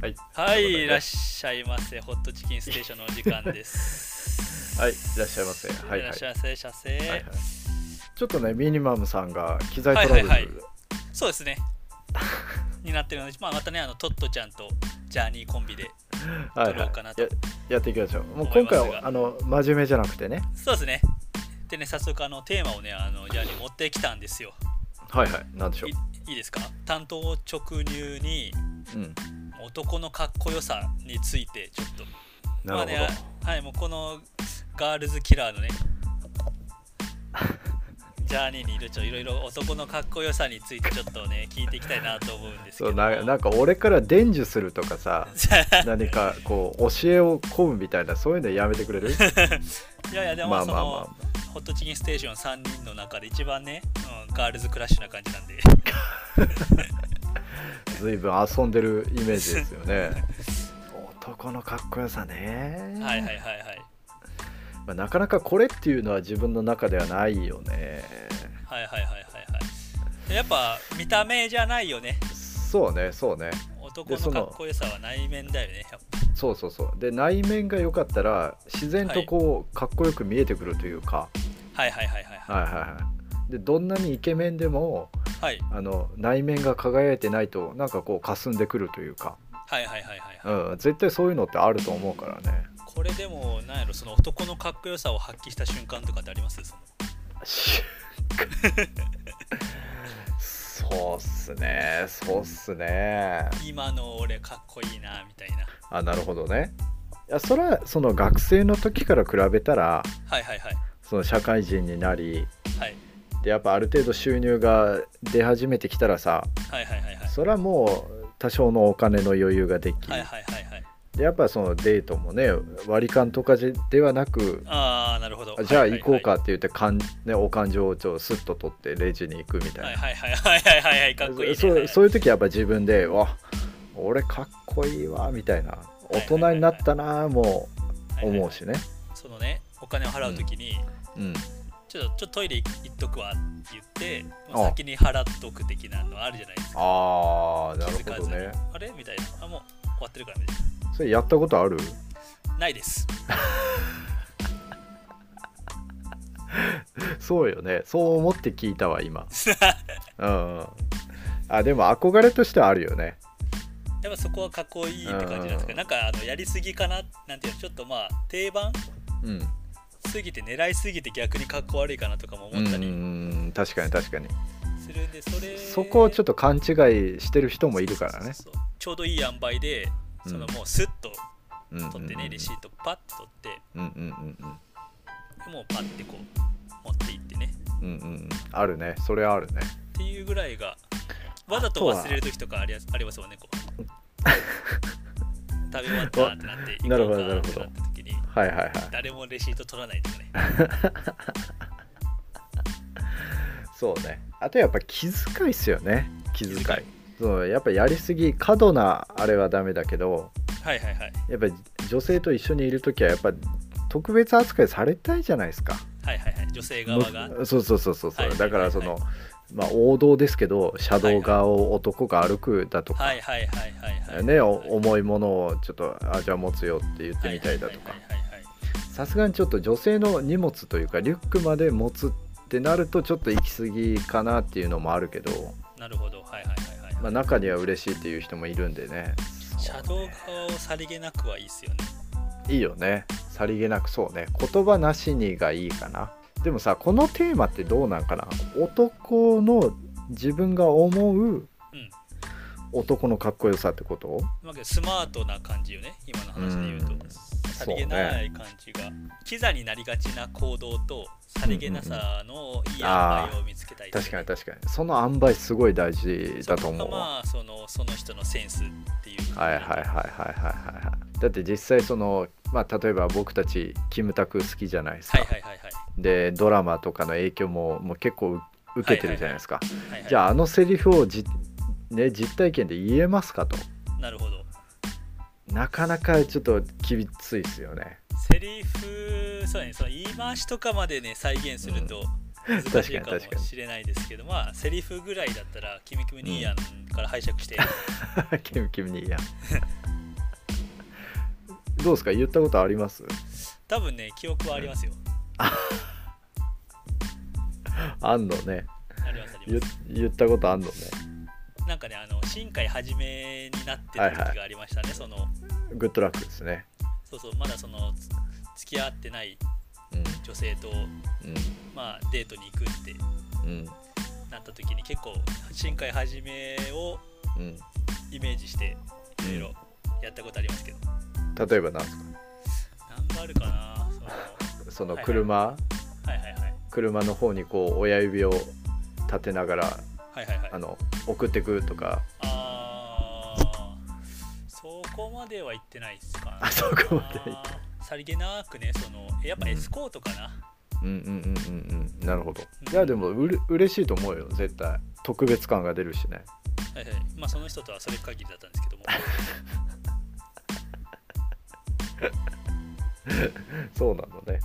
はい。はい、いらっしゃいませ。ホットチキンステーションのお時間です。はい、いらっしゃいませ。はいいらはっい。しゃいませ、射精、はいはい、ちょっとね、ミニマムさんが機材トラブル。はいはいはそうですね。になってるので、まあ、またね、あのトットちゃんとジャーニーコンビで。はい撮ろうかなとややっていきましょう。もう今回思いますはがあの真面目じゃなくてね。そうですね。でね、早速あのテーマをね、あのジャーニー持ってきたんですよ。はいはい。なんでしょうい。いいですか担当直入にうん。男のかっこよさについてちょっと。なるほまあね、はい、もうこのガールズキラー のね、ジャーニーにいるちょいろいろ男のかっこよさについてちょっとね、聞いていきたいなと思うんですけど。そど。うななんか俺から伝授するとか さ何かこう教えを込むみたいなそういうのやめてくれるいやいや、 でもまあその、まあまホットチキンステーション3人の中で一番ね、うん、ガールズクラッシュな感じなんで、あ随分遊んでるイメージですよ ね男のかっこよさねはいはいはいはい。まあ、なかなかこれっていうのは自分の中ではないよねはいはいはいはいはい。やっぱ見た目じゃないよね。そうねそうね男のかっこよさは内面だよね。やっぱそうそうそうで内面が良かったら自然とこう、かっこよく見えてくるというかはいはいはいはいははいはいはいでどんなにイケメンでもい。はいあの内面が輝いてないとなんかこう霞んでくるというか、はいはいはいはい。うん、絶対そういうのってあると思うからねこれでもなんやろその男のかっこよさを発揮した瞬間とかってありますそのしそうっすねそうっすね今の俺かっこいいなみたいなあなるほどねいやそれはその学生の時から比べたらはいはいはいその社会人になりはいでやっぱある程度収入が出始めてきたらさはいはいはいはいそれはもう多少のお金の余裕ができ、はいはいはいはいでやっぱそのデートもね割り勘とかじではなくああなるほどじゃあはいは行こういはいかって言ってかん、ね、お勘定をちょっとスッと取ってレジに行くみたいな、はいはいはいはいはいはいはいかっこいいねそうそうういう時やっぱ自分で「わ俺かっこいいわ」みたいな大人になったなーもう思うしね、そのねお金を払うときに、うん、ちょっとちょっとトイレ行っとくわって言ってもうあ先に払っとく的なのあるじゃないですかああなる気づほかずどにねあれみたいなあもう終わってるからねそれやったことあるないですそうよねそう思って聞いたわ 今うんうんあでも憧れとしてはあるよねやっぱそこはかっこいいって感じなんですけうんどなんかあのやりすぎかななんていうのちょっとまあ定番うんすぎて狙いすぎて逆にかっこ悪いかなとかもう思ったりん確かに確かにするんでそれそこをちょっっと勘違いしてる人もいるからねちょうどいい塩梅でそうのんもうスッとうん取ってねレシートパッと取ってうんうんうんうんでもうパッてこう持っていってねうんうんうんあるねそれあるねっていうぐらいがわざと忘れる時とかありやありますもんね こう食べ終わったってなって行こうかなるほどなるほどってなった時にはいはいはい誰もレシート取らないとかねそうねあとやっぱ気遣いっすよね気遣い気遣いそうやっぱやりすぎ過度なあれはダメだけどはいはいはいやっぱ女性と一緒にいる時はやっぱ特別扱いされたいじゃないですかはいはいはい女性側がむそうそうそうそう、はいはいはいはだいからその、まあ、王道ですけど車道側を男が歩くだとか、はいはいはいはいはいねおはい重いものをちょっとあじゃあ持つよって言ってみたいだとかはいはいはいはいさすがにちょっと女性の荷物というかリュックまで持つってなるとちょっと行き過ぎかなっていうのもあるけど、なるほどはいはいはいはい、まあ、中には嬉しいっていう人もいるんでね車道側をさりげなくはいいっすよねいいよねさりげなくそうね言葉なしにがいいかなでもさこのテーマってどうなんかな男の自分が思ううん男のかっこよさってことまあスマートな感じよね今の話で言うとうんさりげない感じが、キザになりがちな行動とさりげなさのいい塩梅を見つけたい、確かに確かにその塩梅すごい大事だと思そうこがわまあそのその人のセンスっていうかはいはいはいはいはいはいはいだって実際その、まあ、例えば僕たちキムタク好きじゃないですか、はいはいはいはいでドラマとかの影響ももう結構う受けてるじゃないですか、はいはいじゃああのセリフをじ、ね、実体験で言えますかとなるほどなかなかちょっときついですよね セリフそうだねその言い回しとかまでね再現すると難確しかいにかもしれないですけどまあセ リフぐらいだったら「キミキミニーヤン」から拝借して君君にいや どうですか言ったことあります多分ね記憶はありますよあんのねありますあり言ます言ったことあんのねなんかねあの新海はじめになってた時がありましたね、そのグッドラックですねそうそうまだそのつ付き合ってない女性とうまあデートに行くってんうんなった時に結構新海はじめをうんイメージしていろいろやったことありますけどうん例えばなんですか何個あるかなそのその車、はいはいはい車の方にこう親指を立てながらはいはいはいあの送ってくとかあーそこまでは行ってないっすかあそこまで行っさりげなくねそのやっぱエスコートかな、うんうんうんうんうんなるほどいやでもうれ嬉しいと思うよ絶対特別感が出るしねはいはいまあその人とはそれ限りだったんですけどもそうなのね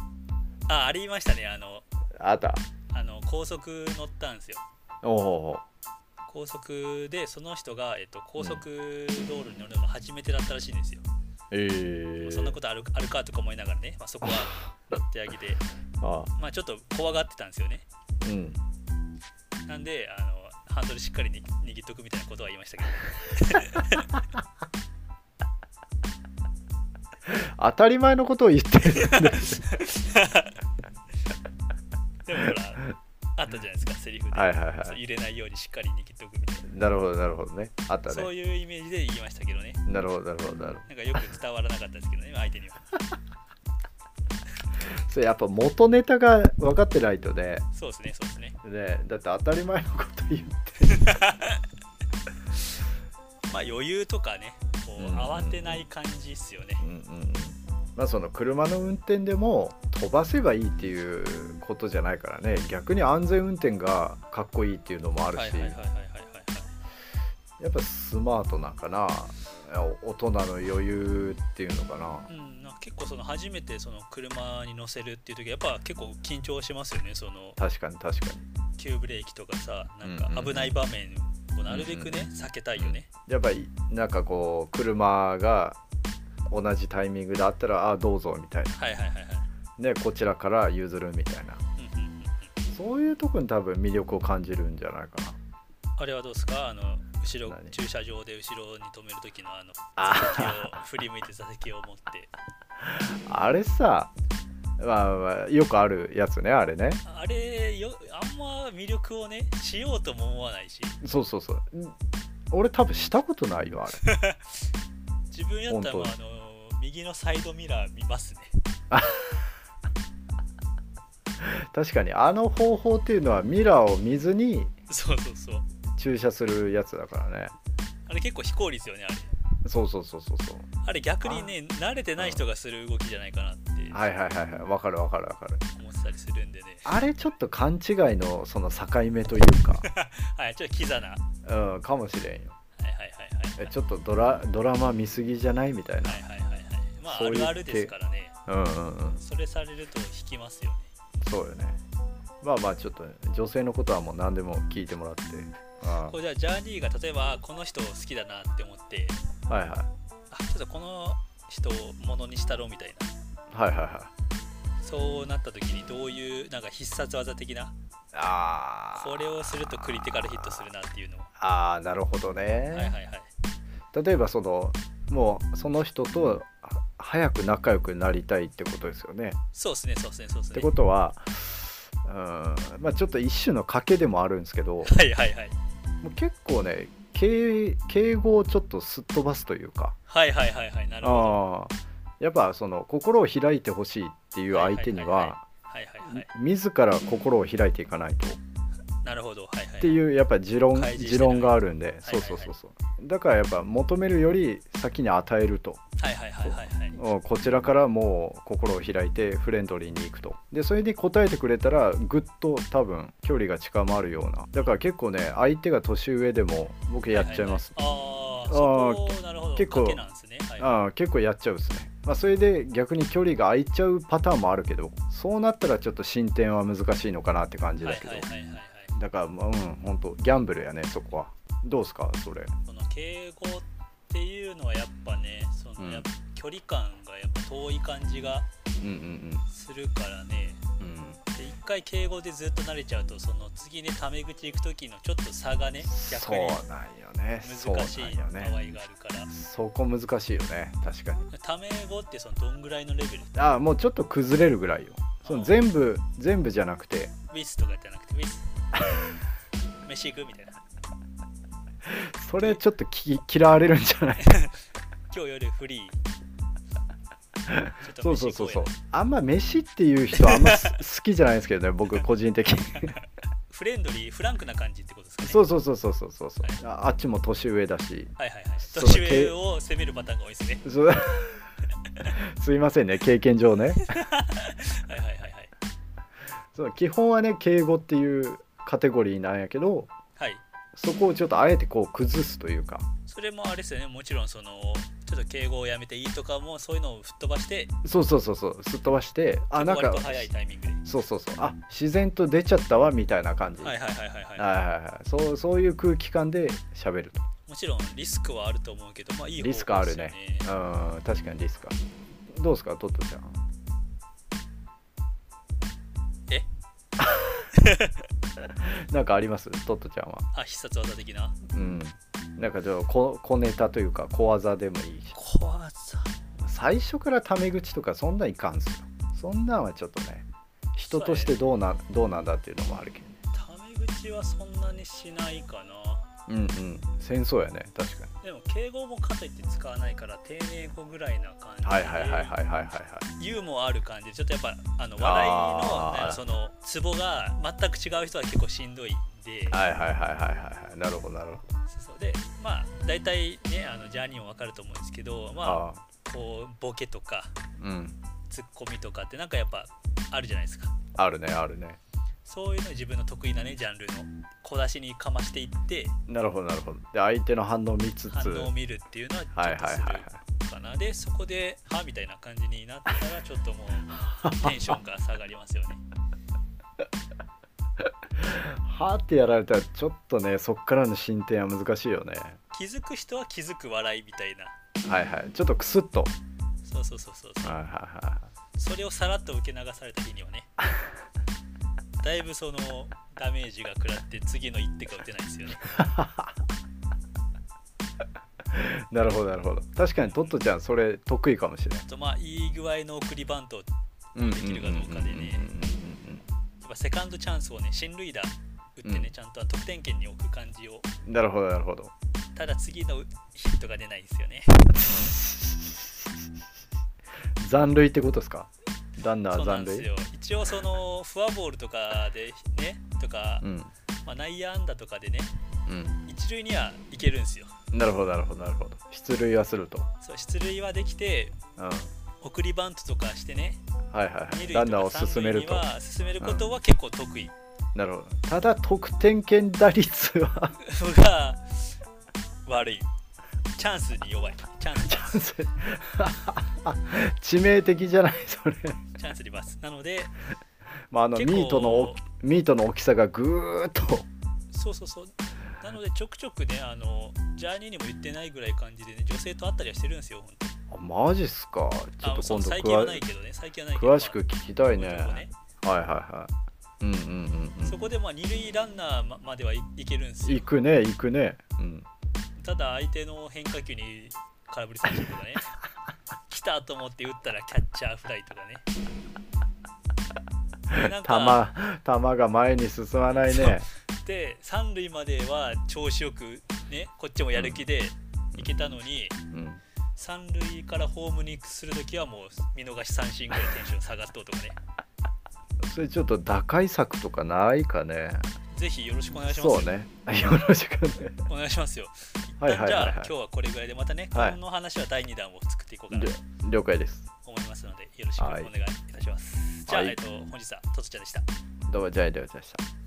あありましたねあのあったあの高速乗ったんですよおお高速でその人が、えっと、高速道路に乗るのが初めてだったらしいんですよ、ええもうー、そんなことあるあるかとか思いながらね、まあ、そこは手上げでああまあちょっと怖がってたんですよねうんなんであのハンドルしっかりに握っとくみたいなことは言いましたけど当たり前のことを言ってるでもほら、あったじゃないですか、セリフで。はいはいそうはい入れないようにしっかり握っておくみたいなな。るほどなるほどねあったそうねいうイメージで言いましたけどね。なるほどなるほどなるほどなんかよく伝わらなかったですけどね、相手には。それやっぱ元ネタが分かってないとねそうですね、そうですね。ねだって当たり前のこと言ってまあ余裕とかね、こううんうん慌てない感じっすよね。うんうんうんまあその車の運転でも飛ばせばいいっていうことじゃないからね逆に安全運転がかっこいいっていうのもあるし、はいはいはいはいはいはい。やっぱスマートなんかなお大人の余裕っていうのかなうん、なんか結構その初めてその車に乗せるっていう時やっぱ結構緊張しますよねその確かに確かに急ブレーキとかさなんうんうんうかん危ない場面をなるべくね、うん避けたいよね、やっぱりなんかこう車が同じタイミングであったらああどうぞみたいはいはいはいはい、なねこちらから譲るみたいなうんうんうん、そういうとこに多分魅力を感じるんじゃないかなあれはどうですかあの後ろ何駐車場で後ろに止める時のあのあ座席を振り向いて座席を持ってあれさまあ、まあ、よくあるやつねあれねあれよあんま魅力をねしようとも思わないしそうそうそうん俺多分したことないよあれ自分やったら本当あの右のサイドミラー見ますね 確かにあの方法っていうのはミラーを見ずにそうそうそう駐車するやつだからねあれ結構非効率よねあれそうそうそうそうそうあれ逆にね慣れてない人がする動きじゃないかなってはいはいはいはいわかるわかるわかる思ってたりするんでねあれちょっと勘違いのその境目というはいちょっとキザなはいかうんかもしれんよはいはいはえいちょっとドラドラマ見すぎじゃないみたいなはいはいはいはいまあそあういうるあるですからねうんうんうんそれされると引きますよねそうよねまあまあちょっと女性のことはもう何でも聞いてもらってあこうじゃあジャーニーが例えばこの人好きだなって思ってあはいはいあちょっとこの人をものにしたろうみたいなはいはいはいそうなった時にどういうなんか必殺技的なあーこれをするとクリティカルヒットするなっていうのをはあーなるほどね、いはいはい例えばそのもうその人とは早く仲良くなりたいってことですよね。そうですねそうですねそうですっねてことはうんまあちょっと一種の賭けでもあるんですけどもはいはいはいう結構ね敬敬語をちょっとすっ飛ばすというかはいはいはいはいなるほどあーやっぱその心を開いてほしいっていう相手にはいはいははいはいはい自ら心を開いていかないと。なるほどはいはいっていうやっぱ持論開示して持ない論があるんで、いそうそうそうそう、だからやっぱ求めるより先に与えると、はいはいはいはいはいうんこちらからもう心を開いてフレンドリーに行くとでそれに応えてくれたらぐっと多分距離が近まるようなだから結構ね相手が年上でも僕やっちゃいます、ははあはーいああそこなるほど結構賭けなんですねはいああ結構やっちゃうですね、まあ、それで逆に距離が空いちゃうパターンもあるけどそうなったらちょっと進展は難しいのかなって感じはだいけど、はいはいはいはいだからまあうん本当ギャンブルやねそこはどうすかそれその敬語っていうのはやっぱねそのやっぱ、距離感がやっぱ遠い感じがうんうんするからねうんうんで一回敬語でずっと慣れちゃうとその次ねタメ口行く時のちょっと差がね逆そうになんよねそうな難しんいよ場合があねるから、そこ難しいよね確かにタメ語ってそのどんぐらいのレベルああもうちょっと崩れるぐらいよその全部全部じゃなくてウィスとかじゃなくてウ ィス飯行くみたいなそれちょっとき嫌われるんじゃない 今日夜フリーちそょうっとそうそう飯行こそううやあんま飯っていう人あんます好きじゃないですけどね 僕個人的にフレンドリーフランクな感じってことですかねそうそうそうそうそうそうそうああっちも年上だしはいはいはいその年上を責めるパターンが多いですねそう すいませんね経験上ねはいはいはいはいそう基本はね敬語っていうカテゴリーなんやけどはいそこをちょっとあえてこう崩すというかそれもあれですよねもちろんそのちょっと敬語をやめていいとかもそういうのを吹っ飛ばしてそうそうそうそうすっ飛ばしてあなん割かと早いタイミングでそうそうそうあ自然と出ちゃったわみたいな感じ、はいはいはいはいははいはいはいそうそういう空気感で喋るといもちろんリスクはあると思うけどまあいい方法リスクあるねですようん確かにリスクあるどうですかトットちゃんえ なんかありますトットちゃんはあ必殺技的なうんなんかちょっと小小ネタというか小技でもいいし小技最初からタメ口とかそんなんいかんっすよそんなんはちょっとね人としてどうなどうなんだっていうのもあるけどタメ口はそんなにしないかなうんうん戦争やね確かにでも敬語もかといって使わないから丁寧語ぐらいな感じではいはいはいはいはいはいはいユーモアある感じでちょっとやっぱあの笑いのあーなんかそのツボが全く違う人は結構しんどいんではいはいはいはいはいはいなるほどなるほどそうそうでまあ大体ねあのジャーニーも分かると思うんですけどまあああこうボケとかうんツッコミとかってなんかやっぱあるじゃないですかあるねあるねそういうの自分の得意なねジャンルの小出しにかましていってなるほどなるほどで相手の反応見つつ反応を見るっていうのはちょはいはっいとはいするはいかなでそこで「は」みたいな感じになったらちょっとも うテンションが下がりますよねはーってやられたらちょっとねそっからの進展は難しいよね気づく人は気づく笑いみたいなはいはいちょっとクスッとそうそうそうそうはいはいはいそれをさらっと受け流された日に はねだいぶそのダメージが食らって次の一手が打てないですよねなるほどなるほど確かにトットちゃんそれ得意かもしれないあとまあいい具合の送りバントやうんできるかどうかでねっぱセカンドチャンスをね進塁打打ってね、うんちゃんと得点圏に置く感じをなるほどなるほどただ次のヒットが出ないですよね残塁ってことですかランナそーうな残んです塁よ一応そのフォアボールとかでねとか、うんまあ、内野安打とかでね一塁には行けるんですようんなるほどなるほどなるほど出塁はするとそう出塁はできてうん送りバントとかしてねはいはいはいラランンナーナーをを進進めめるるとと進めることは結構得意、なるほどただ得点圏打率は それが悪いチャンスに弱いチャ ンスチ致命的じゃないそれャンスにバスなのでまああのミ結構ートの大きミートの大きさがぐーっとそうそうそうなのでちょくちょくねあのジャーニーにも言ってないぐらい感じでね女性と会ったりはしてるんですよ本当あマジっすかちょっあとそう今度最近は詳ないけどね最近はないけど詳しく聞きたいねまあこううとこはいはいはいうんうんうんうんそこでまあ二塁ランナーままではいいけるんですよ行くね行くねうんただ相手の変化球に空振り三振とかね 来たと思って打ったらキャッチャーフライと かねでなんか球球が前に進まないねで三塁までは調子よくねこっちもやる気でいけたのに、うん三塁からホームにするときはもう見逃し三振ぐらいテンション下がっとうとかねそれちょっと打開策とかないかねぜひよろしくお願いしますそようね よろしくねお願いしますよ一はいはい旦はいじゃあはい今日はこれぐらいでまたね、はいこの話は第二弾を作っていこうかな了と了解です思いますのでよろしくお願いいたします、はいじゃあ、えっと、本日はとつちゃんでしたどうもじゃあありがとうございました